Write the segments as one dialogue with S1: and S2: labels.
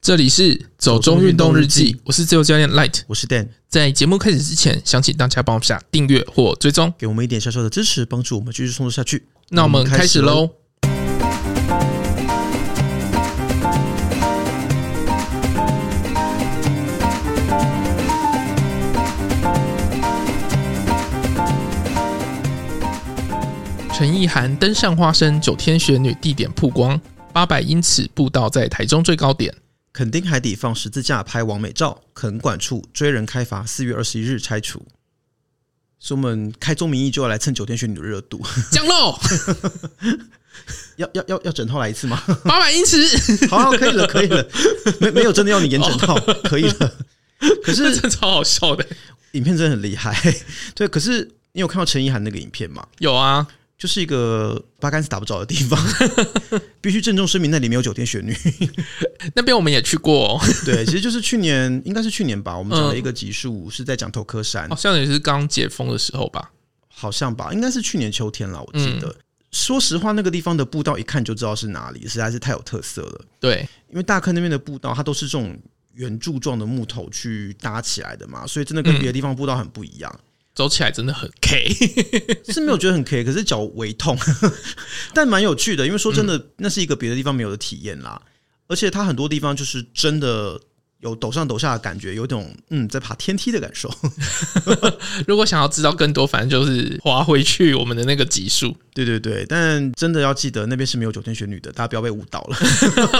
S1: 这里是走中运动日记，我是自由教练 Light。
S2: 我是 Dan，
S1: 在节目开始之前，想请大家帮我们下订阅或追踪。
S2: 给我们一点小小的支持，帮助我们继续创作下去。
S1: 那我们开始喽。陈意涵登上花生九天玄女地点曝光，八百英尺步道在台中最高点。
S2: 垦丁海底放十字架拍完美照，垦管处追人开罚，四月二十一日拆除。所以我们开宗明义就要来蹭九天玄女的热度，
S1: 讲喽，
S2: 要要要要整套来一次吗？
S1: 八百英尺，
S2: 好好，可以了，可以了，没没有真的要你演整套， 可以了。可
S1: 这
S2: 是
S1: 真的超好笑的。
S2: 影片真的很厉害， 对。可是你有看到陈意涵那个影片吗？
S1: 有啊，
S2: 就是一个八竿子打不着的地 方，必须郑重声明，那里没有九天玄女。
S1: 那边我们也去过、哦，
S2: 对，其实就是去年，应该是去年吧，我们讲了一个集数是在讲头科山
S1: 好，像也是刚解封的时候吧。
S2: 好像吧，应该是去年秋天了，我记得。说实话，那个地方的步道一看就知道是哪里，实在是太有特色了。
S1: 对，
S2: 因为大坑那边的步道，它都是这种圆柱状的木头去搭起来的嘛，所以真的跟别的地方步道很不一样。
S1: 走起来真的很 K。
S2: 是没有觉得很可以，可是脚微痛， 但蛮有趣的。因为说真的，那是一个别的地方没有的体验啦。而且它很多地方就是真的有陡上陡下的感觉，有一种嗯在爬天梯的感受。
S1: 如果想要知道更多，反正就是划回去我们的那个集数。
S2: 对对对，但真的要记得那边是没有九天玄女的，大家不要被误导了。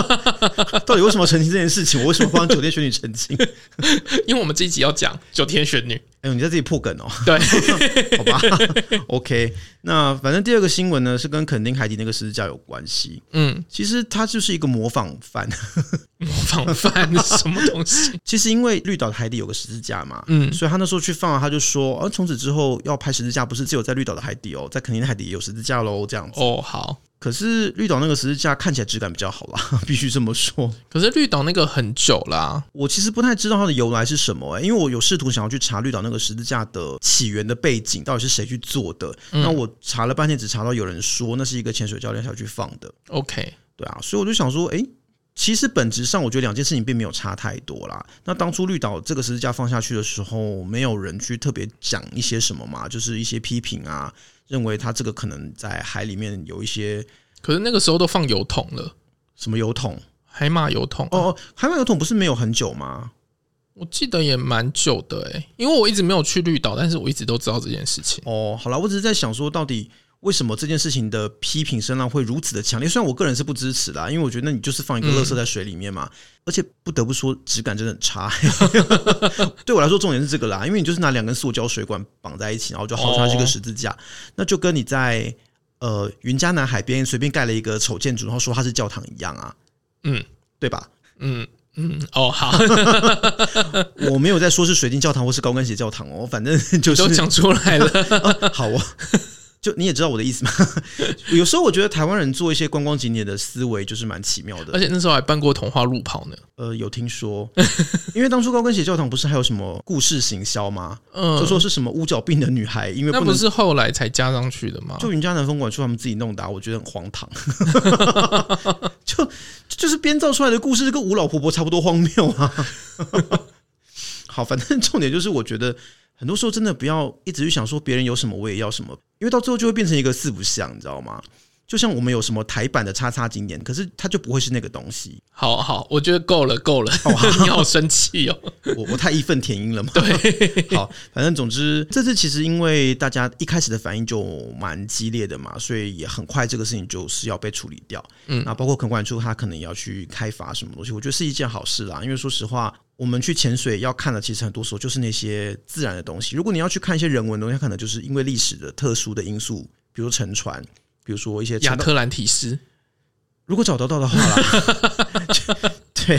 S2: 到底为什么要澄清这件事情？我为什么帮九天玄女澄清？
S1: 因为我们这一集要讲九天玄女。
S2: 哎呦，你在这里破梗哦，
S1: 对，
S2: 好吧？OK，那反正第二个新闻呢是跟垦丁海底那个十字架有关系。
S1: 嗯，
S2: 其实它就是一个模仿犯。
S1: 模仿犯什么东 西？
S2: 其实因为绿岛的海底有个十字架嘛，
S1: 嗯
S2: 所以他那时候去放了，他就说，啊，从此之后要拍十字架，不是只有在绿岛的海底哦，在垦丁的海底也有十字架喽，这样子。
S1: 哦，好。
S2: 可是绿岛那个十字架看起来质感比较好啦， 必须这么说。
S1: 可是绿岛那个很久啦、
S2: 我其实不太知道它的由来是什么、欸，因为我有试图想要去查绿岛那个十字架的起源的背景，到底是谁去做的。那我查了半天，只查到有人说那是一个潜水教练下去放的，
S1: OK，
S2: 对啊，所以我就想说，诶，其实本质上我觉得两件事情并没有差太多啦。那当初绿岛这个十字架放下去的时候，没有人去特别讲一些什么嘛，就是一些批评啊，认为它这个可能在海里面有一些
S1: 可是那个时候都放油桶了，
S2: 什么油桶。
S1: 海马油桶。哦，
S2: 哦哦，海外油桶不是没有很久吗？
S1: 我记得也蛮久的诶、因为我一直没有去绿岛，但是我一直都知道这件事情。
S2: 哦，好了，我只是在想说，到底为什么这件事情的批评声浪会如此的强烈？虽然我个人是不支持啦，因为我觉得你就是放一个
S1: 嗯
S2: 垃圾在水里面嘛，而且不得不说质感真的很差。 对我来说，重点是这个啦，因为你就是拿两根塑胶水管绑在一起，然后就号称它是一个
S1: 哦
S2: 十字架，那就跟你在。呃，云嘉南海边随便盖了一个丑建筑，然后说它是教堂一样啊，
S1: 嗯
S2: 对吧？
S1: 嗯嗯，哦，好，
S2: 我没有在说是水晶教堂或是高跟鞋教堂哦，反正 就是
S1: 都讲出来了。
S2: 啊， 好哦。就你也知道我的意思嘛。 有时候我觉得台湾人做一些观光景点的思维就是蛮奇妙
S1: 而
S2: 的。
S1: 且那时候还办过童话路跑呢。
S2: 呃，有听说，因为当初高跟鞋教堂不是还有什么故事行销吗？
S1: 嗯，
S2: 就说是什么乌角病的女孩，因为
S1: 那
S2: 不
S1: 不
S2: 能
S1: 是后来才加上去的吗？
S2: 就云嘉南风管处他们自己弄的啊、我觉得很荒唐。 就就是编造出来的故事跟吴老婆婆差不多荒谬啊。 好，反正重点就是，我觉得很多时候真的不要一直去想说别人有什么我也要什么，因为到最后就会变成一个四不像，你知道吗？就像我们有什么台版的叉叉景点，可是它就不会是那个东西。
S1: 好好，我觉得够了，够了，
S2: 哦
S1: 你好生气哦。
S2: 我我太义愤填膺了嘛。对， 好，反正总之这次其实因为大家一开始的反应就蛮激烈的嘛，所以也很快这个事情就是要被处理掉。嗯，那包括垦管处他可能也要去开发什么东西，我觉得是一件好事啦。因为说实话，我们去潜水要看的，其实很多时候就是那些自然的东西。如果你要去看一些人文的东西，它可能就是因为历史的特殊的因素，比如说沉船。比如说一些
S1: 亚
S2: 沉到
S1: 特兰提斯，
S2: 如果找得到的话啦， 对。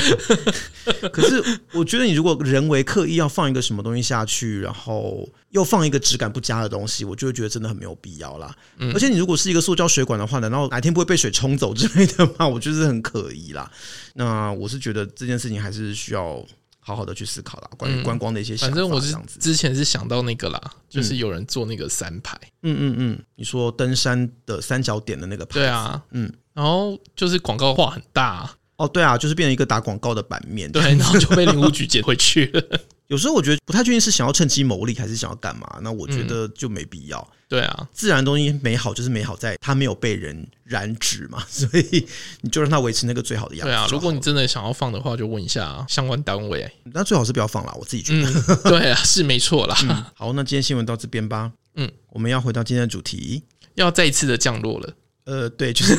S2: 可是我觉得你如果人为刻意要放一个什么东西下去，然后又放一个质感不佳的东西，我就会觉得真的很没有必要啦。
S1: 嗯
S2: 而且你如果是一个塑胶水管的话，难道哪天不会被水冲走之类的吗？我觉得是很可疑啦。那我是觉得这件事情还是需要好好的去思考啦，关于观光的一些想
S1: 嗯反
S2: 法。
S1: 正我
S2: 这
S1: 是
S2: 样子，
S1: 之前是想到那个啦，就是有人做那个三排，
S2: 嗯嗯嗯，你说登山的三角点的那个牌，
S1: 对啊，
S2: 嗯，
S1: 然后就是广告画很大，
S2: 哦，对啊，就是变成一个打广告的版面。
S1: 对，然后就被林务局捡回去了。
S2: 有时候我觉得不太确定是想要趁机牟利还是想要干嘛，那我觉
S1: 嗯
S2: 得就没必要。
S1: 对啊，
S2: 自然的东西美好就是美好在它没有被人染指嘛， 所以你就让它维持那个最好的样
S1: 对
S2: 子就好
S1: 啊
S2: 了。。
S1: 如果你真的想要放的话，就问一下相关单位。
S2: 那最好是不要放啦，我自己觉得。
S1: 嗯，对啊，是没错啦。
S2: 好，那今天新闻到这边吧。
S1: 嗯，
S2: 我们要回到今天的主题。
S1: 要再一次的降落了。
S2: 呃，对，就是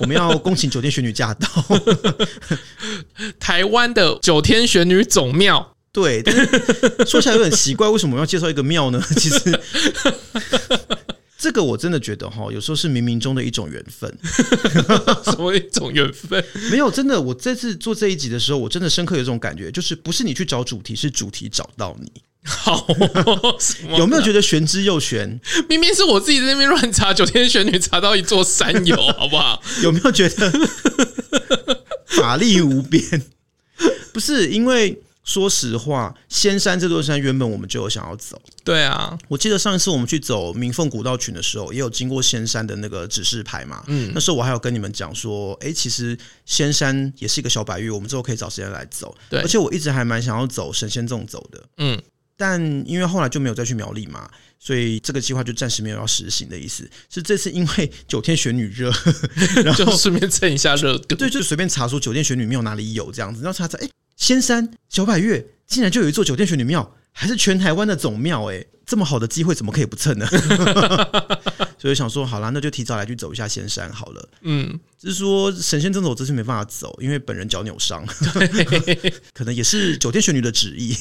S2: 我 们要恭请酒店选女驾到。
S1: 台湾的九天玄女总庙，
S2: 对，但是说起来有点奇怪，为什么我要介绍一个庙呢？ 其实这个我真的觉得哈，有时候是冥冥中的一种缘分。
S1: 什么一种缘分？
S2: 没有，真的，我这次做这一集的时候，我真的深刻有一种感觉，就是不是你去找主题，是主题找到你。
S1: 好哦，什么
S2: 有没有觉得玄之又玄？
S1: 明明是我自己在那边乱查九天玄女，查到一座山有，好不好？
S2: 有没有觉得法力无边？不是，因为说实话，仙山这座山原本我们就有想要走。
S1: 对啊，
S2: 我记得上一次我们去走明凤古道群的时候，也有经过仙山的那个指示牌嘛。嗯，那时候我还有跟你们讲说，哎、其实仙山也是一个小百月，我们之后可以找时间来走。
S1: 对
S2: 而且我一直还蛮想要走神仙纵走的。
S1: 嗯，
S2: 但因为后来就没有再去苗栗嘛，所以这个计划就暂时没有要实行的意思。是这次因为九天玄女热， 然后
S1: 就顺便蹭一下热度。
S2: 对，就随便查说酒店玄女庙哪里有这样子，然后查查，哎、仙山小百岳竟然就有一座酒店玄女庙，还是全台湾的总庙，哎，这么好的机会怎么可以不趁呢？ 所以想说，好啦，那就提早来去走一下仙山好了。
S1: 嗯，
S2: 只是说神仙正走这次没办法走，因为本人脚扭伤， 可能也是酒店玄女的旨意。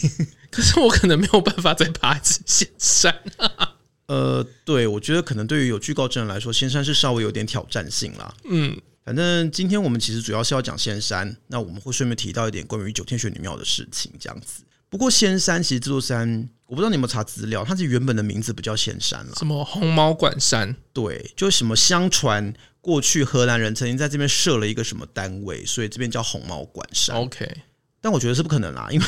S1: 可是我可能没有办法再爬一次仙山。啊
S2: 呃，对，我觉得可能对于有惧高症人来说，仙山是稍微有点挑战性啦。
S1: 嗯，
S2: 反正今天我们其实主要是要讲仙山，那我们会顺便提到一点关于九天玄女庙的事情，这样子。不过仙山其实这座山，我不知道你有没有查资料，它是原本的名字不叫仙山啦，
S1: 什么红毛管山？
S2: 对，就是什么相传过去荷兰人曾经在这边设了一个什么单位，所以这边叫红毛管山。
S1: OK，
S2: 但我觉得是不可能啦，因为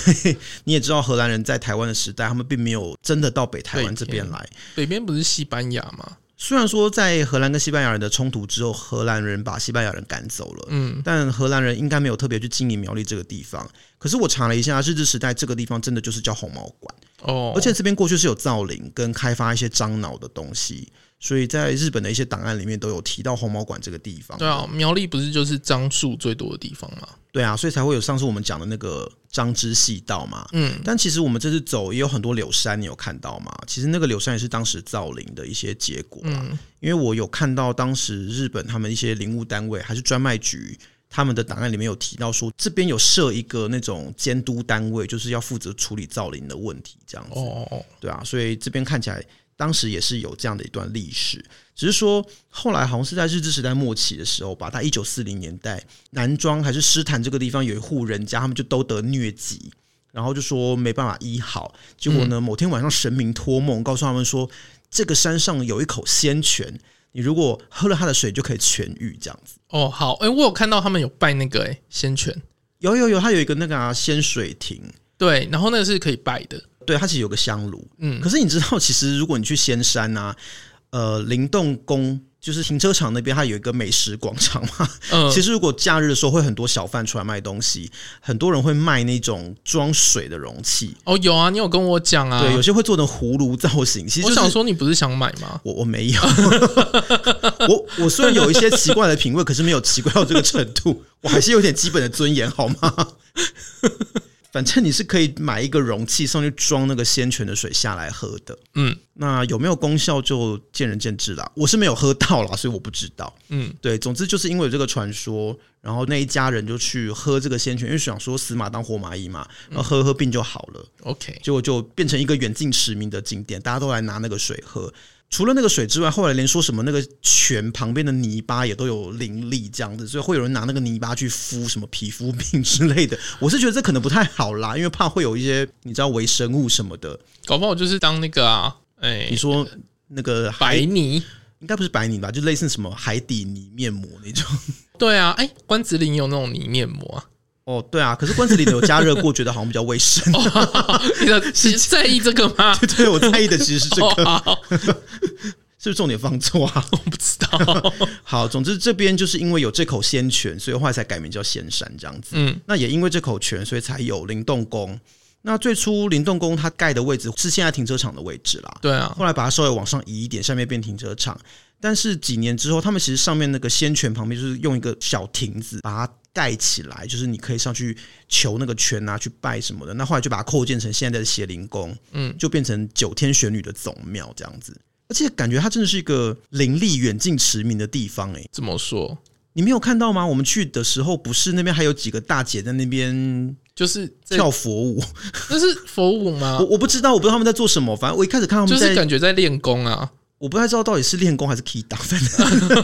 S2: 你也知道荷兰人在台湾的时代，他们并没有真的到北台湾这边来。
S1: 北边不是西班牙吗？
S2: 虽然说在荷兰跟西班牙人的冲突之后，荷兰人把西班牙人赶走了，
S1: 嗯，
S2: 但荷兰人应该没有特别去经营苗栗这个地方。可是我查了一下，日治时代这个地方真的就是叫红毛馆，
S1: 哦，
S2: 而且这边过去是有造林跟开发一些樟脑的东西，所以在日本的一些档案里面都有提到红毛馆这个地方。
S1: 对啊，苗栗不是就是樟树最多的地方吗？
S2: 对啊，所以才会有上次我们讲的那个樟之细道嘛。
S1: 嗯，
S2: 但其实我们这次走也有很多柳杉，你有看到吗？其实那个柳杉也是当时造林的一些结果啦。
S1: 嗯
S2: 因为我有看到当时日本他们一些林务单位还是专卖局。他们的档案里面有提到说，这边有设一个那种监督单位，就是要负责处理造林的问题，这样子。
S1: 哦哦，
S2: 对啊，所以这边看起来当时也是有这样的一段历史，只是说后来好像是在日治时代末期的时候吧，大一九四零年代，南庄还是师坛这个地方有一户人家，他们就都得疟疾。然后就说没办法医好，结果呢，某天晚上神明托梦告诉他们说，这个山上有一口仙泉，你如果喝了它的水就可以痊愈，这样子。
S1: 哦，好，哎、我有看到他们有拜那个哎、仙泉，
S2: 有有有，它有一个那个啊仙水亭，
S1: 对，然后那个是可以拜的，
S2: 对，它其实有个香炉。
S1: 嗯
S2: 可是你知道，其实如果你去仙山啊，呃，灵动宫就是停车场那边，它有一个美食广场嘛。
S1: 嗯、
S2: 其实如果假日的时候，会很多小贩出来卖东西，很多人会卖那种装水的容器，
S1: 哦，有啊，你有跟我讲啊，
S2: 对，有些会做成葫芦造型。其实、
S1: 我想，说你不是想买吗？
S2: 我我没有， 我我虽然有一些奇怪的品味，可是没有奇怪到这个程度，我还是有点基本的尊严，好吗？ 反正你是可以买一个容器上去装那个鲜泉的水下来喝的，
S1: 嗯
S2: 那有没有功效就见仁见智啦。我是没有喝到啦，所以我不知道。
S1: 嗯，
S2: 对，总之就是因为有这个传说，然后那一家人就去喝这个仙泉，因为想说死马当活马医嘛，然后喝喝病就好了。
S1: ，OK，
S2: 结果就变成一个远近驰名的景点，大家都来拿那个水喝。除了那个水之外，后来连说什么那个泉旁边的泥巴也都有灵力这样子，所以会有人拿那个泥巴去敷什么皮肤病之类的。 我是觉得这可能不太好啦，因为怕会有一些你知道微生物什么的。
S1: 搞不好就是当那个啊，哎、
S2: 你说那个海
S1: 白泥，
S2: 应该不是白泥吧，就类似什么海底泥面膜那种。
S1: 对啊，哎、关子岭有那种泥面膜啊，
S2: 哦，对啊，哦可是关子里的有加热过，觉得好像比较卫生。
S1: 你的是在意这个吗？
S2: 对，我在意的其实是这个。
S1: 哦，好
S2: 是不是重点放错啊？
S1: 我不知 道。
S2: 好，总之这边就是因为有这口仙泉，所以后来才改名叫仙山这样子。
S1: 嗯，
S2: 那也因为这口泉，所以才有灵动宫。那最初灵动宫它盖的位置是现在停车场的位置啦，
S1: 对啊，
S2: 后来把它稍微往上移一点，下面变停车场。但是几年之后，他们其实上面那个仙泉旁边就是用一个小亭子把它盖起来，就是你可以上去求那个泉啊，去拜什么的。那后来就把它扩建成现在的邪灵宫，
S1: 嗯，
S2: 就变成九天玄女的总庙这样子。而且感觉它真的是一个灵力远近驰名的地方哎、
S1: 怎么说？
S2: 你没有看到吗？我们去的时候，不是那边还有几个大姐在那边
S1: 就是这
S2: 跳佛舞，
S1: 这是佛舞吗
S2: 我？我不知道，我不知道他们在做什么。反正我一开始看他
S1: 就
S2: 们
S1: 是
S2: 在，
S1: 感觉在练功啊
S2: 我不太知道到底是练功还是 key 打，反正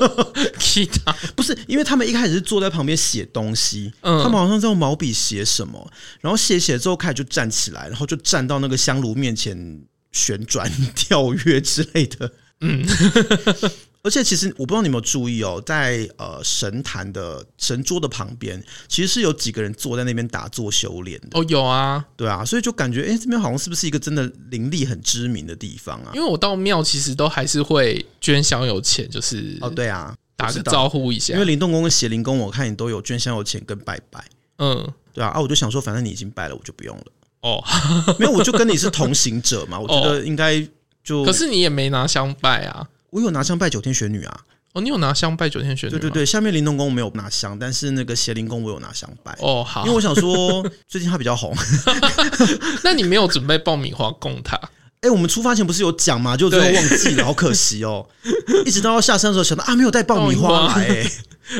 S1: k i t a
S2: 不是，因为他们一开始是坐在旁边写东西，
S1: 嗯
S2: 他们好像在用毛笔写什么，然后写写之后开始就站起来，然后就站到那个香炉面前旋转、 跳跃之类的。
S1: 嗯，
S2: 而且其实我不知道你有没有注意哦，在呃神坛的神桌的旁边，其实是有几个人坐在那边打坐修炼的，
S1: 哦，有啊，
S2: 对啊，所以就感觉哎、诶这边好像是不是一个真的灵力很知名的地方啊？
S1: 因为我到庙其实都还是会捐香油钱，就是
S2: 哦，对啊，
S1: 打
S2: 我
S1: 个
S2: 知道
S1: 招呼一下
S2: 因为。灵动宫跟邪灵宫，我看你都有捐香油钱跟拜拜，
S1: 嗯，
S2: 对啊，啊，我就想说，反正你已经拜了，我就不用了。
S1: 哦，
S2: 没有，我就跟你是同行者嘛，我觉得应该就
S1: 可是你也没拿香拜啊。
S2: 我有拿香拜九天玄女啊，
S1: 哦，你有拿香拜九天玄女
S2: 对
S1: 吗？
S2: 对对，下面灵动宫我没有拿香，但是那个邪灵宫我有拿香拜。
S1: 哦，好
S2: 因为，我想说， 最近它比较红。
S1: 那你没有准备爆米花供他？
S2: 哎、我们出发前不是有讲嘛，就最后
S1: 对
S2: 忘记了，好可惜哦。一直到要下山的时候，想到啊，没有带爆米花哎来、诶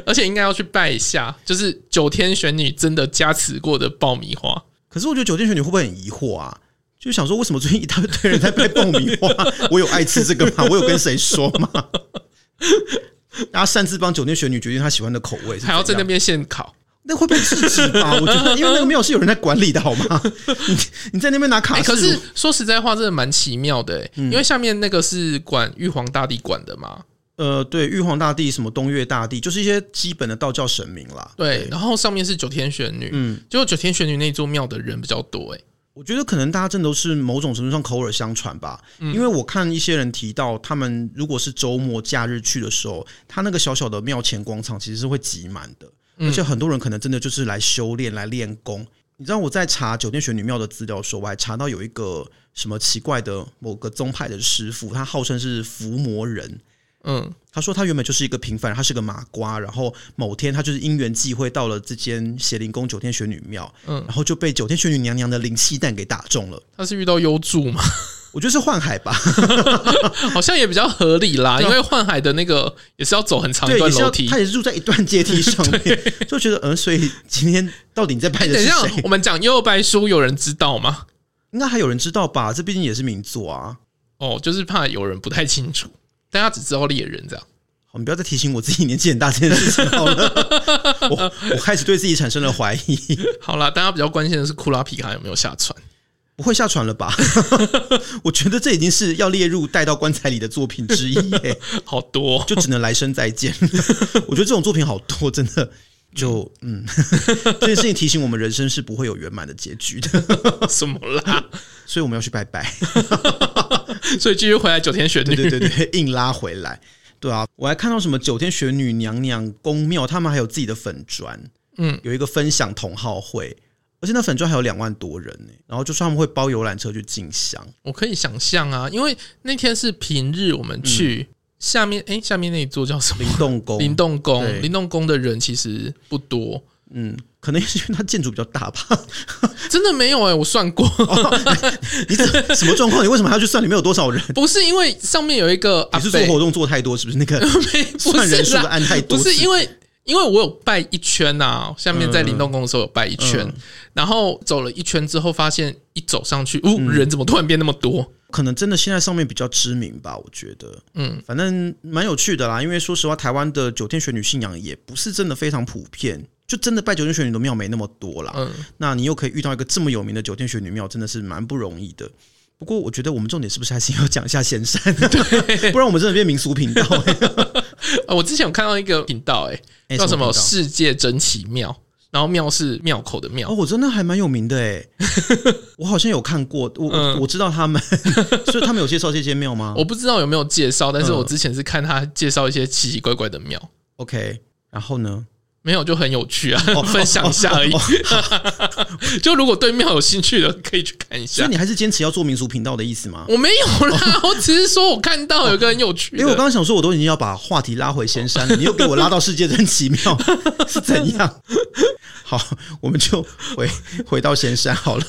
S1: 而且应该要去拜一下，就是九天玄女真的加持过的爆米花。
S2: 可是我觉得酒店选你会不会很疑惑啊？就想说，为什么最近一大堆人在卖爆米花？ 我有爱吃这个吗？我有跟谁说吗？ 大家擅自帮酒店选女决定她喜欢的口味是怎样，
S1: 还要在那边现烤。
S2: 那会被制止吧？我觉得，因为那个庙是有人在管理的好吗？ 你你在那边拿卡
S1: 哎、
S2: 式炉、
S1: 可是说实在话，真的蛮奇妙的、欸因为下面那个是管玉皇大帝管的嘛，
S2: 呃，对，玉皇大帝、什么东岳大帝，就是一些基本的道教神明啦。
S1: 对，然后上面是九天玄女，
S2: 嗯，
S1: 结果九天玄女那座庙的人比较多、欸，
S2: 我觉得可能大家真的都是某种程度上口耳相传吧，因为我看一些人提到，他们如果是周末假日去的时候，他那个小小的庙前广场其实是会挤满的，而且很多人可能真的就是来修炼、来练功。你知道我在查酒店玄女庙的资料的时候，我还查到有一个什么奇怪的某个宗派的师傅，他号称是伏魔人。
S1: 嗯，
S2: 他说他原本就是一个平凡人，他是个麻瓜，然后某天他就是因缘际会到了这间邪灵宫九天玄女庙，
S1: 嗯
S2: 然后就被九天玄女娘娘的灵气弹给打中了。
S1: 他是遇到幽助嘛，
S2: 我觉得是幻海吧，
S1: 好像也比较合理啦，
S2: 对
S1: 因
S2: 啊
S1: 为幻海的那个也是要走很长一
S2: 对，
S1: 段
S2: 也是
S1: 楼
S2: 要，
S1: 梯
S2: 他。也是住在一段阶梯上 面，就觉得嗯，所以今天到底你在拍的
S1: 等一
S2: 是
S1: 下，
S2: 谁？
S1: 我们讲幽白书，有人知道吗？
S2: 应该还有人知道吧？这毕竟也是名作啊。
S1: 哦，就是怕有人不太清楚，大家只知道猎人这样。
S2: 好，你不要再提醒我自己年纪很大这件事情好了。 我我开始对自己产生了怀疑，
S1: 好啦，大家比较关心的是库拉皮卡有没有下船。
S2: 不会下船了吧？ 我觉得这已经是要列入带到棺材里的作品之一耶。
S1: 好多哦、
S2: 就只能来生再见。 我觉得这种作品好多，真的。就嗯， 这件事情提醒我们，人生是不会有圆满的结局的，
S1: 哦 什么啦？
S2: 所以我们要去拜拜。
S1: 所以继续回来九天玄女，
S2: 对对对对，硬拉回来。对啊，我还看到什么九天玄女娘娘宫庙，他们还有自己的粉砖，
S1: 嗯，
S2: 有一个分享同好会，而且那粉砖还有两万多人呢、然后就说他们会包游览车去进 香，
S1: 我可以想象啊，因为那天是平日，我们去、
S2: 嗯
S1: 下面，哎、下面那一座叫什么
S2: 灵？动宫，
S1: 灵动宫，
S2: 对
S1: 灵动宫的人其实不多，
S2: 嗯，可能也是因为它建筑比较大吧。
S1: 真的没有哎、我算过，
S2: 哦你怎什么状况？你为什么还要去算里面有多少人？
S1: 不是因为上面有一个 阿
S2: 你是做
S1: 伯，
S2: 活动做太多是不是？那个
S1: 没不
S2: 算人
S1: 是
S2: 数的
S1: 啦，
S2: 案太多
S1: 不
S2: 次，
S1: 是因为。因为我有拜一圈呐、啊，下面在灵动宫的时候有拜一圈，
S2: 嗯
S1: 然后走了一圈之后，发现一走上去，哦，
S2: 嗯
S1: 人怎么突然变那么多？
S2: 可能真的现在上面比较知名吧，我觉得，
S1: 嗯，
S2: 反正蛮有趣的啦。因为说实话，台湾的九天玄女信仰也不是真的非常普遍，就真的拜九天玄女的庙没那么多啦。
S1: 嗯，
S2: 那你又可以遇到一个这么有名的九天玄女庙，真的是蛮不容易的。不过我觉得我们重点是不是还是要讲一下仙山？ 不然我们真的变民俗频道、欸。
S1: 啊，我之前有看到一个频道、欸，
S2: 哎
S1: 叫什么“
S2: 频道
S1: 世界真奇妙然后庙是庙口的
S2: 哦，
S1: 庙，
S2: 我真的还蛮有名的哎， 我好像有看过，我、
S1: 嗯
S2: 我知道 他们，所以他们有介绍这些庙吗
S1: 我不知道有没有介绍，但是
S2: 嗯
S1: 我之前是看他介绍一些奇奇怪怪的庙，
S2: ？OK，然后呢？
S1: 没有就很有趣啊， 分享一下而已。
S2: 哦
S1: 就如果对庙有兴趣的，可以去看一
S2: 所
S1: 下
S2: 以。你还是坚持要做民俗频道的意思吗？
S1: 我没有啦，我只是说我看到有个很有趣
S2: 因为我刚
S1: 的，
S2: 刚想说，我都已经要把话题拉回仙山了，你又给我拉到世界真奇妙，是怎样？好，我们就回回到仙山好了。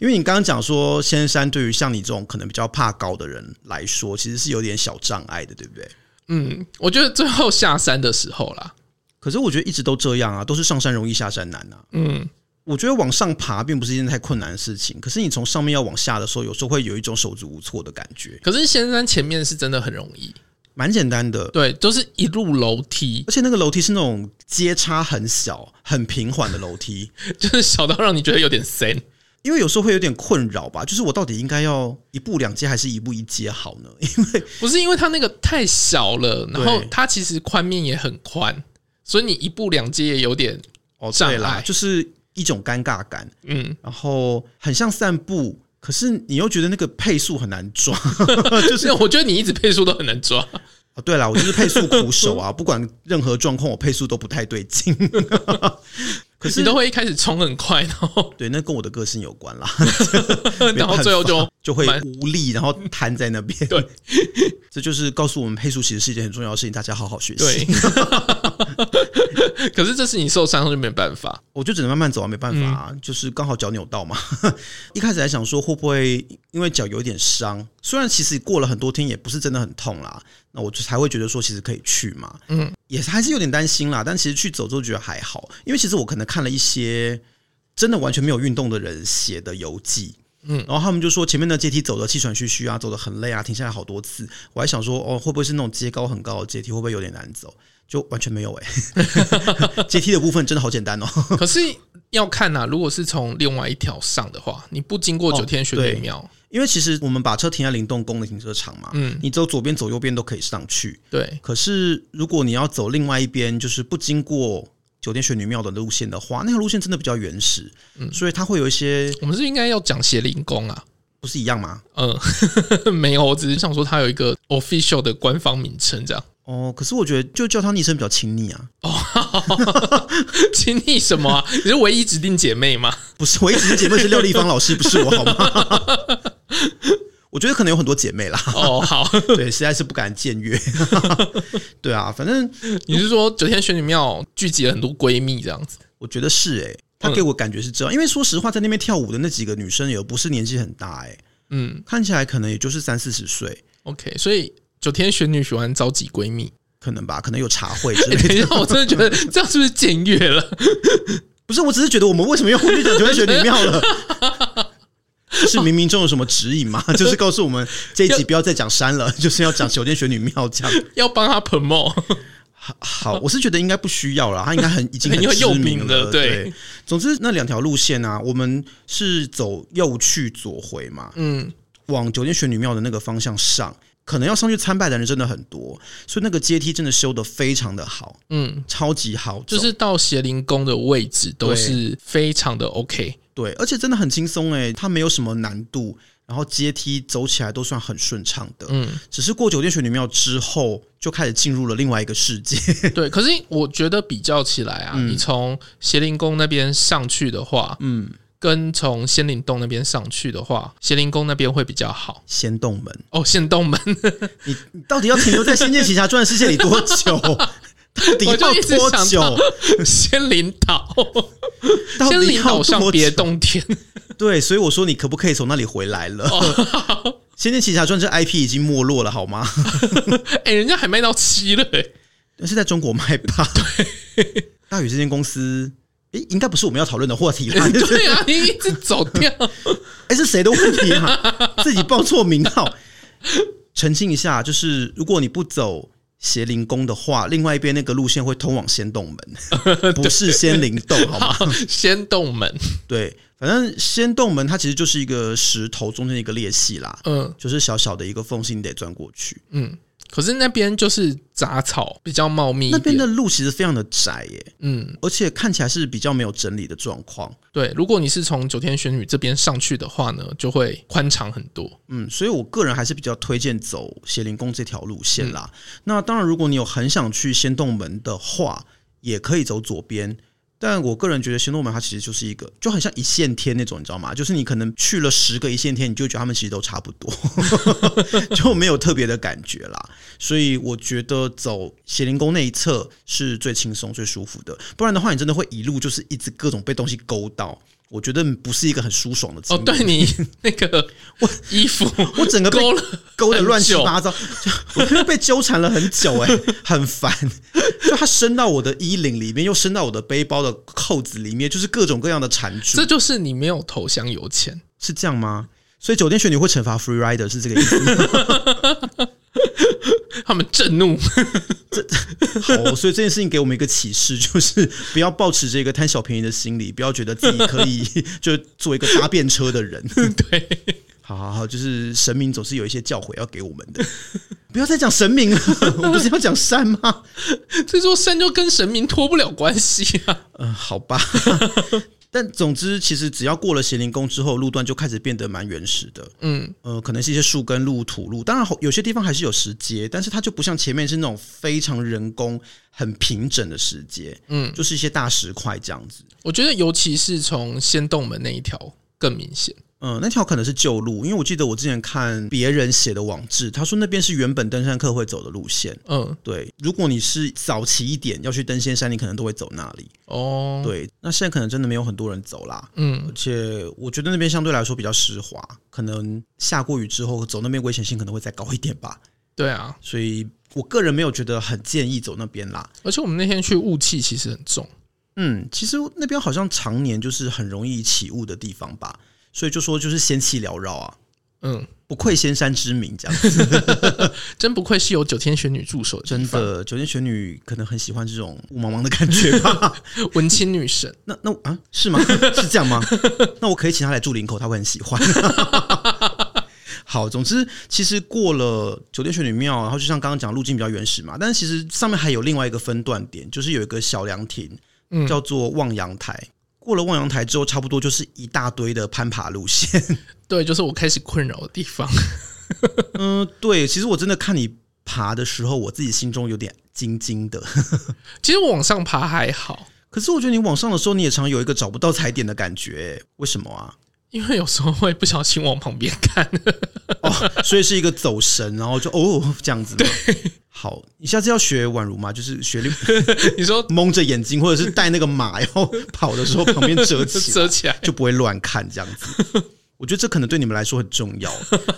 S2: 因为你刚刚讲说，仙山对于像你这种可能比较怕高的人来说，其实是有点小障碍的，对不对？
S1: 嗯，我觉得最后下山的时候啦，
S2: 可是我觉得一直都这样啊，都是上山容易下山难啊。
S1: 嗯，
S2: 我觉得往上爬并不是一件太困难的事情，可是你从上面要往下的时候，有时候会有一种手足无措的感觉，
S1: 可是仙山前面是真的很容易，
S2: 蛮简单的。
S1: 对，就是一路楼梯，
S2: 而且那个楼梯是那种阶差很小、很平缓的楼梯，
S1: 就是小到让你觉得有点深。
S2: 因为有时候会有点困扰吧，就是我到底应该要一步两阶还是一步一阶好呢？
S1: 不是因为它那个太小了，然后
S2: 对
S1: 它其实宽面也很宽，所以你一步两阶也有点
S2: 哦，
S1: 障
S2: 对啦，
S1: 碍
S2: 就是一种尴尬感，
S1: 嗯，
S2: 然后很像散步，可是你又觉得那个配速很难 抓。
S1: 就是我觉得你一直配速都很难抓，
S2: 哦，对啦，我就是配速苦手啊，不管任何状况，我配速都不太对劲。 可是
S1: 你都会一开始冲很快，然后
S2: 对，那跟我的个性有关啦，
S1: 然后最后 就
S2: 就会
S1: 蛮
S2: 无力，然后瘫在那边。
S1: 对，
S2: 这就是告诉我们配速其实是一件很重要的事情，大家好好学习。
S1: 对， 可是这次你受伤就没办法，
S2: 我就只能慢慢走啊，没办法啊，就是刚好脚扭到嘛。 一开始还想说会不会因为脚有点伤，虽然其实过了很多天也不是真的很痛啦，那我就才会觉得说其实可以去嘛。
S1: 嗯
S2: 嗯，也还是有点担心啦，但其实去走之后觉得还好，因为其实我可能看了一些真的完全没有运动的人写的游记。嗯，然后他们就说前面的阶梯走的气喘吁吁啊，走的很累啊，停下来好多次。我还想说，哦，会不会是那种阶高很高的阶梯，会不会有点难走？就完全没有哎、 阶梯的部分真的好简单哦。
S1: 可是要看呐、如果是从另外一条上的话，你不经过
S2: 哦
S1: 九天玄女庙，
S2: 因为其实我们把车停在灵动宫的停车场嘛，
S1: 嗯，
S2: 你走左边走右边都可以上去。
S1: 对，
S2: 可是如果你要走另外一边，就是不经过九天玄女庙的路线的话，那条路线真的比较原始，所以它会有一些
S1: 我们是应该要讲邪灵宫啊。
S2: 不是一样吗？
S1: 嗯， 没有，我只是想说它有一个 official 的官方名称，这样。
S2: 哦，可是我觉得就叫它昵称比较亲昵啊，
S1: 亲昵什么、啊？你 是唯一指定姐妹 吗？
S2: 不是我一直的姐妹是廖丽芳老师，不是我好吗？我觉得可能有很多姐妹啦，
S1: 哦，好，
S2: 对，实在是不敢僭越。 对啊，反正
S1: 你是说九天玄女庙聚集了很多闺蜜这样子？
S2: 我觉得是哎、
S1: 嗯
S2: 她给我感觉是这样，因为说实话，在那边跳舞的那几个女生也不是年纪很大哎、
S1: 嗯
S2: 看起来可能也就是三四十岁，
S1: ，OK，所以九天玄女喜欢召集闺 蜜。
S2: 可能吧，可能有茶会之 类
S1: 哎等一
S2: 的。
S1: 下，我真的觉得这样是不是僭越了？
S2: 不是，我只是觉得我们为什么要回去讲九天玄女庙 了？是冥冥中有什么指引吗？就是告诉我们这一集不要再讲山了， 就是要讲九天玄女庙 这样。
S1: 要帮她 promote？
S2: 好，我是觉得应该不需要了，他应该很已经很
S1: 很有
S2: 知
S1: 名
S2: 名
S1: 了
S2: 了。
S1: 对
S2: 对，总之那两条路线啊，我们是走右去左回嘛，
S1: 嗯，
S2: 往九天玄女庙的那个方向上，可能要上去参拜的人真的很多，所以那个阶梯真的修的非常的好，
S1: 嗯，
S2: 超级好走，
S1: 就是到邪灵宫的位置都是非常的 OK。
S2: 对，而且真的很轻松哎，它没有什么难度，然后阶梯走起来都算很顺畅的。
S1: 嗯，
S2: 只是过九天玄女庙之后，就开始进入了另外一个世界。
S1: 对。可是我觉得比较起来啊，你从邪灵宫那边上去的话，
S2: 嗯，
S1: 跟从仙灵洞那边上去的话，仙灵宫那边会比较好。
S2: 仙洞门，
S1: 哦，仙洞 门，
S2: 你你到底要停留在《仙剑奇侠传》的世界里多久？ 到底要
S1: 我就一直
S2: 多
S1: 想
S2: 久
S1: 到？仙灵岛，
S2: 到
S1: 仙
S2: 底
S1: 灵
S2: 要
S1: 岛上
S2: 多
S1: 别
S2: 久？
S1: 洞天。
S2: 对，所以我说你可不可以从那里回来了？ 仙剑奇侠传》这 IP 已经没落了，好 吗？
S1: 哎、人家还卖到七 了、欸，
S2: 但是在中国卖吧？对，大宇这间公司，诶，应该不是我们要讨论的话题 啦。就是
S1: 对啊，你一直走 掉。
S2: 哎、是谁的问题啊？ 自己报错名号。澄清一下，就是如果你不走邪灵宫的话，另外一边那个路线会通往仙洞 门，不是仙灵洞，好吗？
S1: 好，仙洞门，
S2: 对，反正仙洞门它其实就是一个石头中间的一个裂隙啦，
S1: 嗯
S2: 就是小小的一个缝隙，你得钻过去。
S1: 嗯，可是那边就是杂草比较茂密一
S2: 那
S1: 点，
S2: 边的路其实非常的窄耶、
S1: 嗯，
S2: 而且看起来是比较没有整理的状况。
S1: 对。如果你是从九天玄女这边上去的话呢，就会宽敞很多。
S2: 嗯，所以我个人还是比较推荐走邪灵宫这条路
S1: 嗯
S2: 线啦。那当然，如果你有很想去仙洞门的话，也可以走左边。但我个人觉得仙洞门它其实就是一个就很像一线天那种，你知道吗？就是你可能去了十个一线天，你就觉得他们其实都差不多， 就没有特别的感觉啦。所以我觉得走邪灵宫那一侧是最轻松、最舒服的。不然的话，你真的会一路就是一直各种被东西勾到，我觉得不是一个很舒爽的经
S1: 哦，
S2: 历。
S1: 对 你那个
S2: 我
S1: 衣服
S2: 我整个被
S1: 勾了，
S2: 勾的乱七八糟，就我觉得被纠缠了很久、 欸，很烦。就它伸到我的衣领里面，又伸到我的背包的扣子里面，就是各种各样的缠住
S1: 这，就是你没有投香油钱。
S2: 是这样吗？所以酒店选你会惩罚 free rider 是这个 意思吗？
S1: 他们震怒，
S2: 好哦，所以这件事情给我们一个启示，就是不要抱持这个贪小便宜的心理，不要觉得自己可以 就做一个搭便车的人。
S1: 对，
S2: 好好好，就是神明总是有一些教诲要给我们的，不要再讲神明了，我们不是要讲善吗？
S1: 这座山就跟神明脱不了关系啊。
S2: 嗯，好吧。 但总之，其实只要过了邪灵宫之后，路段就开始变得蛮原始的。
S1: 嗯，
S2: 呃，可能是一些树根路、土路，当然有些地方还是有石阶，但是它就不像前面是那种非常人工、很平整的石阶，
S1: 嗯，
S2: 就是一些大石块这样子。
S1: 我觉得尤其是从仙洞门那一条更明显。
S2: 嗯，那条可能是旧路，因为我记得我之前看别人写的网志，他说那边是原本登山客会走的路线。
S1: 嗯，
S2: 对，如果你是早期一点要去登仙山，你可能都会走那里。
S1: 哦，，
S2: 对，那现在可能真的没有很多人走啦。
S1: 嗯
S2: 而，且我觉得那边相对来说比较湿滑，可能下过雨之后走那边危险性可能会再高一点吧，
S1: 对啊。
S2: 所以我个人没有觉得很建议走那边啦。
S1: 而且我们那天去雾气其实很重，
S2: 嗯，其实那边好像常年就是很容易起雾的地方吧，所以就说就是仙气缭绕啊，
S1: 嗯，
S2: 不愧仙山之名这样子。
S1: 真不愧是有九天玄女驻守的地
S2: 真
S1: 方，
S2: 的，九天玄女可能很喜欢这种雾茫茫的感觉吧？
S1: 文青女神。
S2: 那那啊是吗？ 是这样吗？那我可以请她来住林口，她会很喜欢。 好，总之，其实过了酒店玄女庙，然后就像刚刚讲，路径比较原始嘛，但是其实上面还有另外一个分段点，就是有一个小凉亭，
S1: 嗯
S2: 叫做望洋台。过了望洋台之后，差不多就是一大堆的攀爬路线。
S1: 对，就是我开始困扰的地方。
S2: 嗯，对，其实我真的看你爬的时候，我自己心中有点惊惊的。
S1: 其实我往上爬还好，
S2: 可是我觉得你往上的时候，你也常有一个找不到踩点的感觉，为什么啊？
S1: 因为有时候会不小心往旁边看。
S2: 哦，所以是一个走神，然后就哦这样子。对，好，你下次要学宛如吗？就是学另
S1: 你说
S2: 蒙着眼睛，或者是戴那个马，然后跑的时候旁边遮起来，
S1: 折起来，
S2: 就不会乱看这样子。我觉得这可能对你们来说很重要，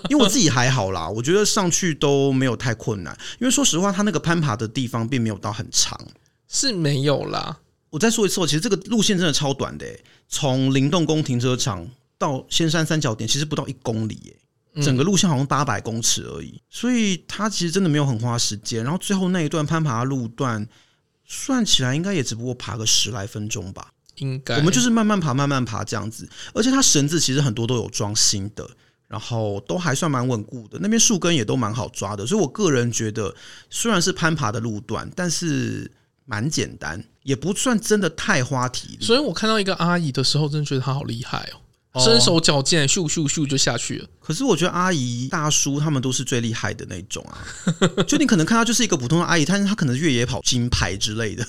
S2: 因为我自己还好啦，我觉得上去都没有太困难。因为说实话，它那个攀爬的地方并没有到很长。
S1: 是没有啦。
S2: 我再说一次哦，其实这个路线真的超短的欸，从灵动宫停车场到仙山三角点，其实不到一公里耶。
S1: 嗯
S2: 整个路线好像八百公尺而已，所以它其实真的没有很花时间。然后最后那一段攀爬路段，算起来应该也只不过爬个十来分钟吧。
S1: 应该
S2: 我们就是慢慢爬，慢慢爬这样子。而且它绳子其实很多都有装新的，然后都还算蛮稳固的。那边树根也都蛮好抓的，所以我个人觉得，虽然是攀爬的路段，但是蛮简单，也不算真的太花体力。
S1: 所以我看到一个阿姨的时候，真的觉得她好厉害哦，
S2: 哦
S1: 身手矫健，咻咻咻就下去了。
S2: 可是我觉得阿姨、大叔他们都是最厉害的那种啊。就你可能看她就是一个普通的阿姨，但是她可能是越野跑金牌之类 的，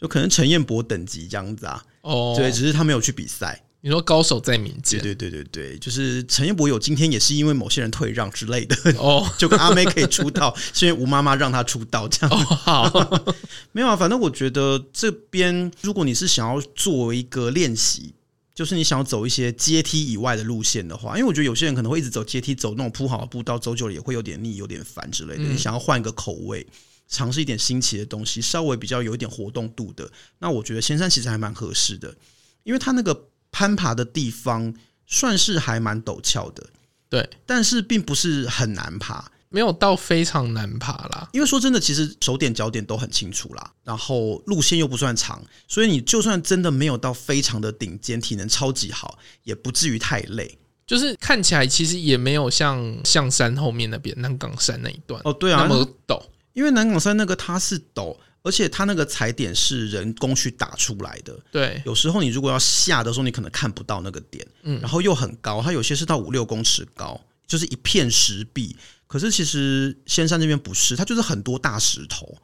S2: 就可能陈彦博等级这样子啊。
S1: 哦，
S2: 对，只是她没有去比赛。
S1: 你说高手在民间
S2: 对对对对对，就是陈彦博有今天也是因为某些人退让之类的，
S1: 哦
S2: 就跟阿妹可以出道，是因为吴妈妈让她出道这样。
S1: 哦，好，
S2: 没有啊，反正我觉得这边，如果你是想要做一个练习，就是你想要走一些阶梯以外的路线的话，因为我觉得有些人可能会一直走阶梯，走那种铺好的步道，走久了也会有点腻、有点烦之类的。
S1: 嗯
S2: 你想要换一个口味，尝试一点新奇的东西，稍微比较有一点活动度的，那我觉得仙山其实还蛮合适的，因为它那个攀爬的地方算是还蛮陡峭的，
S1: 对，
S2: 但是并不是很难爬。
S1: 没有到非常难爬啦。
S2: 因为说真的，其实手点脚点都很清楚啦，然后路线又不算长，所以你就算真的没有到非常的顶尖，体能超级好，也不至于太累。
S1: 就是看起来其实也没有像象山后面那边南港山那一段
S2: 哦，对
S1: 那
S2: 啊，
S1: 么陡。
S2: 因为南港山那个它是陡，而且它那个踩点是人工去打出来的。
S1: 对，
S2: 有时候你如果要下的时候，你可能看不到那个点，
S1: 嗯
S2: 然后又很高，它有些是到五六公尺高，就是一片石壁。可是其实仙山这边不是，它就是很多大石头，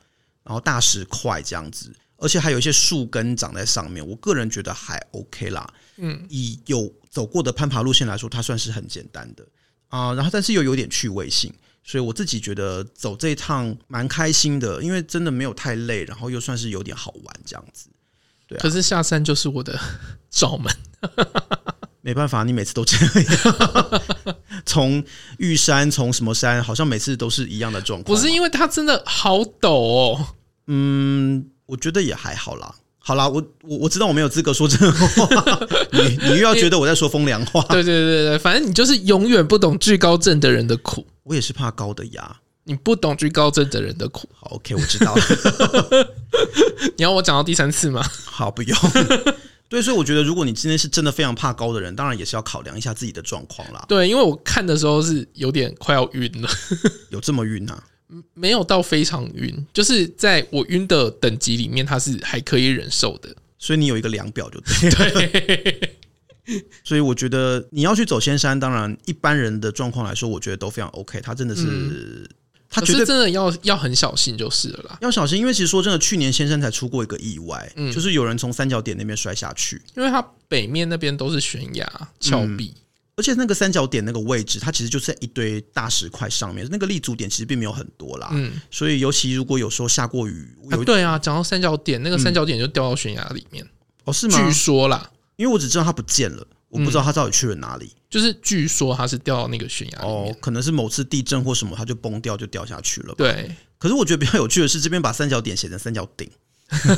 S2: 然后大石块这样子，而且还有一些树根长在上面。我个人觉得还 OK 啦，
S1: 嗯，
S2: 以有走过的攀爬路线来说，它算是很简单的啊、然后但是又有点趣味性，所以我自己觉得走这一趟蛮开心的，因为真的没有太累，然后又算是有点好玩这样子。对啊
S1: 可是下山就是我的 罩门。
S2: 没办法，你每次都这样， 从玉山从什么山，好像每次都是一样的状况。
S1: 不是因为它真的好陡哦，
S2: 嗯，我觉得也还好啦。好啦，我我我知道我没有资格说真 话，你你又要觉得我在说风凉话。
S1: 对对对对，反正你就是永远不懂惧高症的人的苦，
S2: 我也是怕高的呀。
S1: 你不懂惧高症的人的苦。
S2: 好，OK，我知 道了。
S1: 你要我讲到第三次吗？
S2: 好，不用。对，所以我觉得，如果你今天是真的非常怕高的人，当然也是要考量一下自己的状况啦。
S1: 对，因为我看的时候是有点快要晕了，
S2: 有这么晕啊？
S1: 没有到非常晕，就是在我晕的等级里面，它是还可以忍受的。
S2: 所以你有一个量表就 对了。所以我觉得你要去走仙山，当然一般人的状况来说，我觉得都非常 OK。他真的嗯是，他
S1: 可
S2: 绝
S1: 是
S2: 对
S1: 真的要要很小心就是了啦，
S2: 要小心，因为其实说真的，去年仙山才出过一个意外，
S1: 嗯
S2: 就是有人从三角点那边摔下去，
S1: 因为它北面那边都是悬崖峭壁，
S2: 而且那个三角点那个位置，它其实就是在一堆大石块上面，那个立足点其实并没有很多啦。
S1: 嗯，
S2: 所以尤其如果有时候下过雨，
S1: 啊
S2: 啊有、
S1: 对啊，讲到三角点，那个三角点就掉到悬崖里面，
S2: 哦是吗？嗯
S1: 据说啦，
S2: 因为我只知道它不见了，我不知道它到底去了哪里。
S1: 就是据说它是掉到那个悬崖里面。
S2: 哦，可能是某次地震或什么，它就崩掉就掉下去了。
S1: 对，
S2: 可是我觉得比较有趣的是，这边把三角点写成三角顶，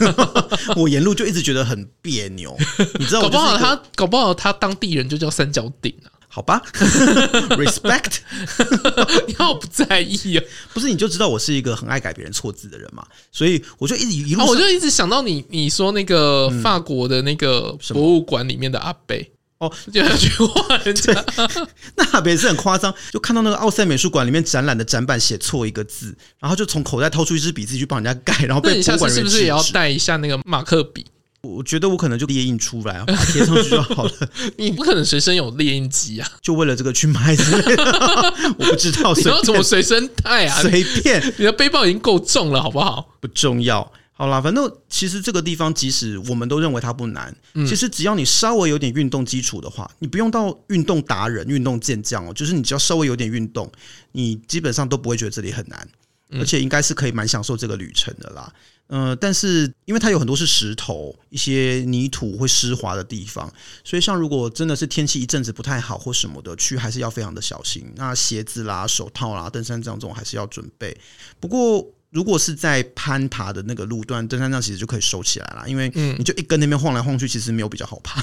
S2: 我沿路就一直觉得很别 扭。你知道
S1: 搞
S2: 我就是
S1: 不
S2: 一
S1: 好
S2: 个
S1: 他搞不好他当地人就叫三角顶啊，
S2: 好吧 ，respect，
S1: 你好不在意啊！
S2: 不是你就知道我是一个很爱改别人错字的人嘛，所以我就一直一路
S1: 啊，
S2: 上、
S1: 我就一直想到你你说那个法国的那个
S2: 嗯什么
S1: 博物馆里面的阿贝，
S2: 哦，
S1: 就要去画人家，
S2: 那也是很夸张，就看到那个奥赛美术馆里面展览的展板写错一个字，然后就从口袋掏出一支笔自己去帮人家盖，然后
S1: 那
S2: 哦被
S1: 你
S2: 博
S1: 下
S2: 物
S1: 次
S2: 馆人
S1: 是
S2: 员
S1: 不是也要
S2: 制止
S1: 带一下那个马克笔？
S2: 我觉得我可能就列印出来，把它贴上去就好了。
S1: 你不可能随身有猎鹰机啊，
S2: 就为了这个去买之类的， 我不知道，
S1: 你
S2: 随
S1: 要怎么
S2: 便
S1: 随身带啊？
S2: 随便
S1: 你的背包已经够重了，好不好？
S2: 不重要。好啦，反正其实这个地方，即使我们都认为它不难，其实只要你稍微有点运动基础的话，你不用到运动达人、运动健将哦，就是你只要稍微有点运动，你基本上都不会觉得这里很难，而且应该是可以蛮享受这个旅程的啦。呃，但是因为它有很多是石头、一些泥土会湿滑的地方，所以像如果真的是天气一阵子不太好或什么的，去还是要非常的小心。那鞋子啦、手套啦、登山杖这种还是要准备。不过如果是在攀爬的那个路段，登山杖其实就可以收起来啦，因为
S1: 嗯
S2: 你就一根那边晃来晃去，其实没有比较好 爬，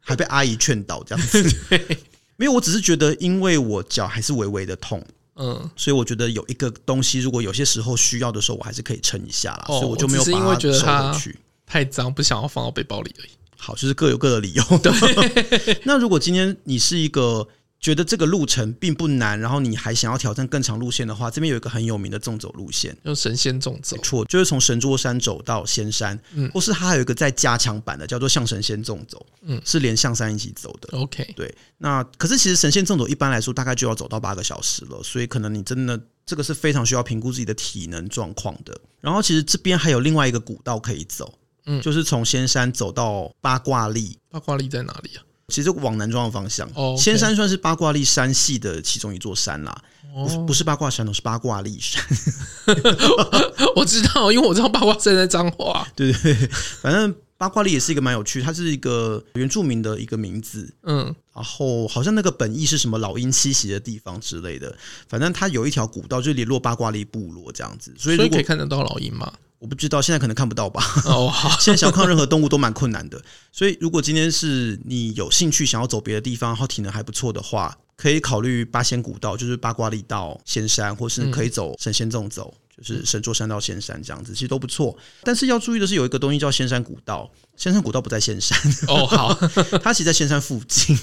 S2: 还被阿姨劝导这样子。没有，我只是觉得，因为我脚还是微微的痛，
S1: 嗯，
S2: 所以我觉得有一个东西，如果有些时候需要的时候，我还是可以撑一下啦。
S1: 哦
S2: 所以我就没有
S1: 我只是因为
S2: 把它
S1: 觉得
S2: 收
S1: 它
S2: 回去。
S1: 太脏，不想要放到背包里而已。
S2: 好，就是各有各的理由。 那如果今天你是一个觉得这个路程并不难，然后你还想要挑战更长路线的话，这边有一个很有名的纵走路线。
S1: 用神仙纵走
S2: 没，错，就是从神桌山走到仙山，
S1: 嗯
S2: 或是它还有一个再加强版的，叫做象神仙纵走，
S1: 嗯
S2: 是连象山一起走的。
S1: OK，
S2: 对，那可是其实神仙纵走一般来说大概就要走到八个小时了，所以可能你真的这个是非常需要评估自己的体能状况的。然后其实这边还有另外一个古道可以走，
S1: 嗯
S2: 就是从仙山走到八卦砾，
S1: 八卦力在哪里啊？
S2: 其实往南庄的方向。
S1: 哦，OK
S2: 仙山算是八卦砾山系的其中一座山啦，不是
S1: 哦
S2: 不，是八卦山哦，是八卦砾山。
S1: 我知道，因为我知道八卦山在彰化。
S2: 对 对对，反正八卦砾也是一个蛮有趣，它是一个原住民的一个名字，
S1: 嗯，
S2: 然后好像那个本意是什么老鹰栖息的地方之类的，反正它有一条古道就联络八卦力部落这样子，所以
S1: 所以
S2: 如
S1: 可
S2: 果
S1: 以看得到老鹰吗？
S2: 我不知道现在可能看不到吧，
S1: 哦，好，
S2: 现在想看任何动物都蛮困难的，所以如果今天是你有兴趣想要走别的地方，然后体能还不错的话，可以考虑八仙古道，就是八卦力到仙山，或是可以走神仙纵走。就是神座山到仙山这样子，其实都不错。但是要注意的是，有一个东西叫仙山古道，仙山古道不在仙山，
S1: 哦，好，
S2: 它其实在仙山附近。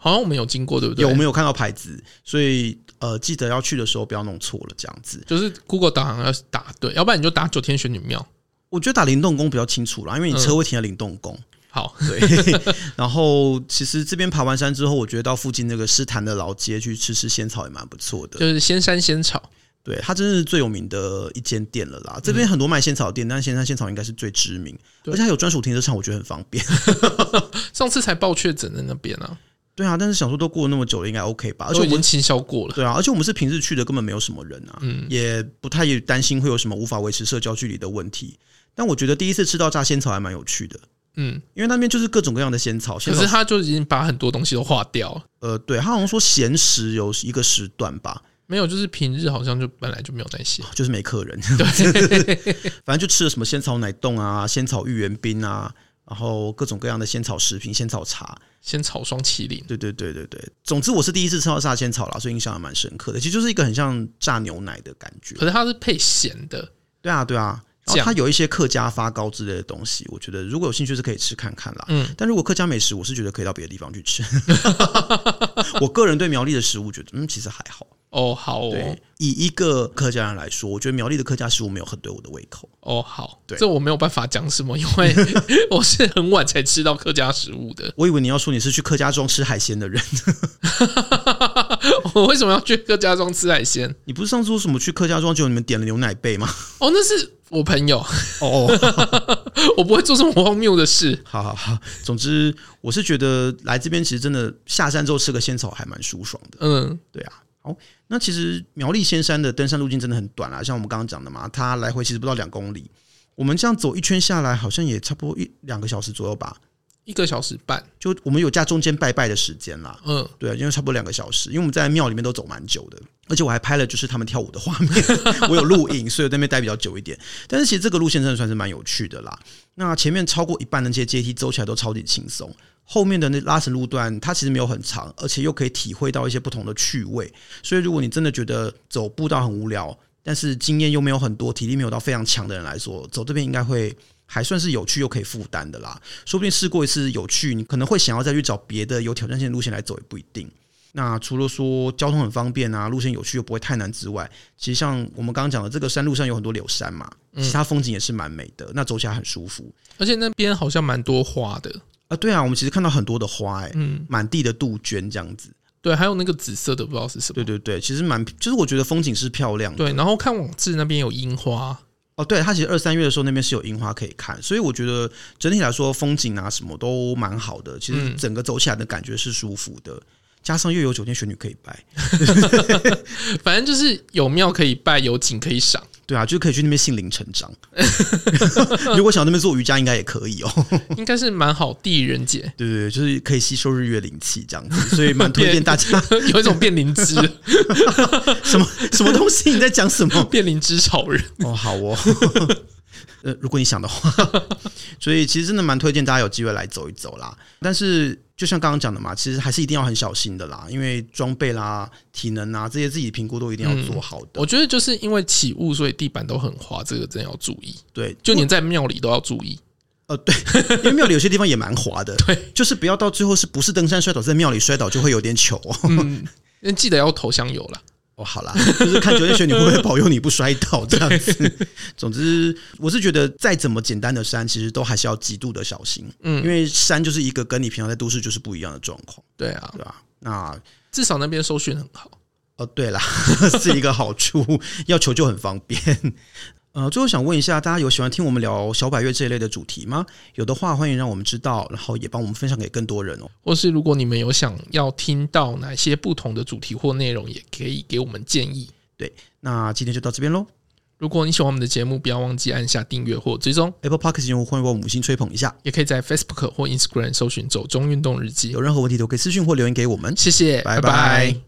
S1: 好像我们有经过，对不对？
S2: 有没有看到牌子？所以呃，记得要去的时候不要弄错了，这样子。
S1: 就是 Google 导航要打对，要不然你就打九天玄女庙。
S2: 我觉得打灵动宫比较清楚啦，因为你车会停在灵动宫。
S1: 好，
S2: 对，然后其实这边爬完山之后，我觉得到附近那个诗坛的老街去吃吃仙草也蛮不错的。
S1: 就是仙山仙草，
S2: 对，它真是最有名的一间店了啦。这边很多卖仙草的店，但仙山仙草应该是最知名，
S1: 对
S2: 而且它有专属停车场，我觉得很方便。
S1: 上次才报确诊的那边啊，
S2: 对啊，但是想说都过了那么久了，应该 OK 吧？而且
S1: 都
S2: 我
S1: 已经
S2: 们
S1: 清消过了。
S2: 对啊，而且我们是平日去的，根本没有什么人啊，
S1: 嗯
S2: 也不太担心会有什么无法维持社交距离的问题。但我觉得第一次吃到炸仙草还蛮有趣的，
S1: 嗯，
S2: 因为那边就是各种各样的仙草，
S1: 可
S2: 仙草
S1: 是他就已经把很多东西都划掉了，
S2: 呃，对，他好像说闲时有一个时段吧，
S1: 没有，就是平日好像就本来就没有那些。
S2: 就是没客人， 反正就吃了什么仙草奶冻啊、仙草芋圆冰啊，然后各种各样的仙草食品、仙草茶。
S1: 仙草双麒麟，
S2: 对对对对对，总之我是第一次吃到炸仙草啦，所以印象还蛮深刻的。其实就是一个很像炸牛奶的感觉
S1: 可。是它是配咸的，
S2: 对啊对啊，然后
S1: 酱
S2: 它有一些客家发糕之类的东西，我觉得如果有兴趣是可以吃看看啦。
S1: 嗯，
S2: 但如果客家美食，我是觉得可以到别的地方去吃。 我个人对苗栗的食物觉得，嗯，其实还好。
S1: 哦，好哦
S2: 对，，以一个客家人来说，我觉得苗栗的客家食物没有很对我的胃口。
S1: 哦，好，
S2: 对
S1: 这我没有办法讲什么，因 为我是很晚才吃到客家食物的。
S2: 我以为你要说你是去客家庄吃海鲜的人，
S1: 我为什么要去客家庄吃海鲜？
S2: 你不是上次说什么去客家庄就你们点了牛奶贝吗？
S1: 哦，那是我朋友，
S2: 哦，
S1: 我不会做这么荒谬的事。
S2: 好好好，总之我是觉得来这边其实真的下山之后吃个仙草还蛮舒爽的，
S1: 嗯，
S2: 对啊。好，那其实苗栗仙山的登山路径真的很短啊啦，像我们刚刚讲的嘛，它来回其实不到两公里，我们这样走一圈下来好像也差不多一两个小时左右吧，
S1: 一个小时半，
S2: 就我们有加中间拜拜的时间啦。
S1: 嗯，
S2: 对，啊因为差不多两个小时，因为我们在庙里面都走蛮久的，而且我还拍了就是他们跳舞的画面， 我有录影，所以我在那边待比较久一点。但是其实这个路线真的算是蛮有趣的啦。那前面超过一半的那些阶梯走起来都超级轻松，后面的那拉绳路段它其实没有很长，而且又可以体会到一些不同的趣味。所以如果你真的觉得走步道很无聊，但是经验又没有很多，体力没有到非常强的人来说，走这边应该会。还算是有趣又可以负担的啦，说不定试过一次有趣，你可能会想要再去找别的有挑战性的路线来走，也不一定。那除了说交通很方便啊，路线有趣又不会太难之外，其实像我们刚刚讲的，这个山路上有很多柳杉嘛，其他风景也是蛮美的，那走起来很舒服
S1: 而且那边好像蛮多花的，
S2: 啊。对啊，我们其实看到很多的花、欸，
S1: 嗯，
S2: 满地的杜鹃这样子。
S1: 对，还有那个紫色的不知道是什么
S2: 对，对对，其实蛮，就是我觉得风景是漂亮的。
S1: 对，然后看网志那边有樱花，
S2: 哦，对，它其实二三月的时候那边是有樱花可以看，所以我觉得整体来说风景啊什么都蛮好的，其实
S1: 嗯
S2: 整个走起来的感觉是舒服的，加上又有九天玄女可以拜，
S1: 反正就是有庙可以拜，有景可以赏。
S2: 对啊，就可以去那边心灵成长。 如果想那边做瑜伽，应该也可以哦。，
S1: 应该是蛮好地人节
S2: 对对对，就是可以吸收日月灵气这样子，所以蛮推荐大家。
S1: 有一种变灵芝、
S2: 什么什么东西？你在讲什么？
S1: 变灵芝草人。
S2: 哦，好哦。 呃，如果你想的话，所以其实真的蛮推荐大家有机会来走一走啦。但是就像刚刚讲的嘛，其实还是一定要很小心的啦，因为装备啦、体能啊这些自己评估都一定要做好的。
S1: 嗯我觉得就是因为起雾，所以地板都很滑，这个真要注意。
S2: 对，
S1: 就连在庙里都要注意。
S2: 因为庙里有些地方也蛮滑 的，对，就是不要到最后是不是登山摔倒，在庙里摔倒就会有点糗哦。
S1: 嗯，那记得要投香油啦。
S2: 哦，好啦，就是看九天玄女会不会保佑你不摔倒这样子。 总之，我是觉得再怎么简单的山，其实都还是要极度的小心，
S1: 嗯
S2: 因为山就是一个跟你平常在都市就是不一样的状况，
S1: 对啊
S2: 对，吧？那
S1: 至少那边搜寻很好。
S2: 哦，对啦， 是一个好处，要求救很方便。呃，最后想问一下，大家有喜欢听我们聊小百月这一类的主题吗？有的话，欢迎让我们知道，然后也帮我们分享给更多人哦。
S1: 或是如果你们有想要听到哪些不同的主题或内容，也可以给我们建议。
S2: 那今天就到这边喽。
S1: 如果你喜欢我们的节目，不要忘记按下订阅或追踪，
S2: Apple Podcast 用户欢迎帮我们五星吹捧一下，
S1: 也可以在 Facebook 或 Instagram 搜寻“走中运动日记
S2: 有任何问题都可以私讯或留言给我们”。。
S1: 谢谢，
S2: 拜拜
S1: 拜拜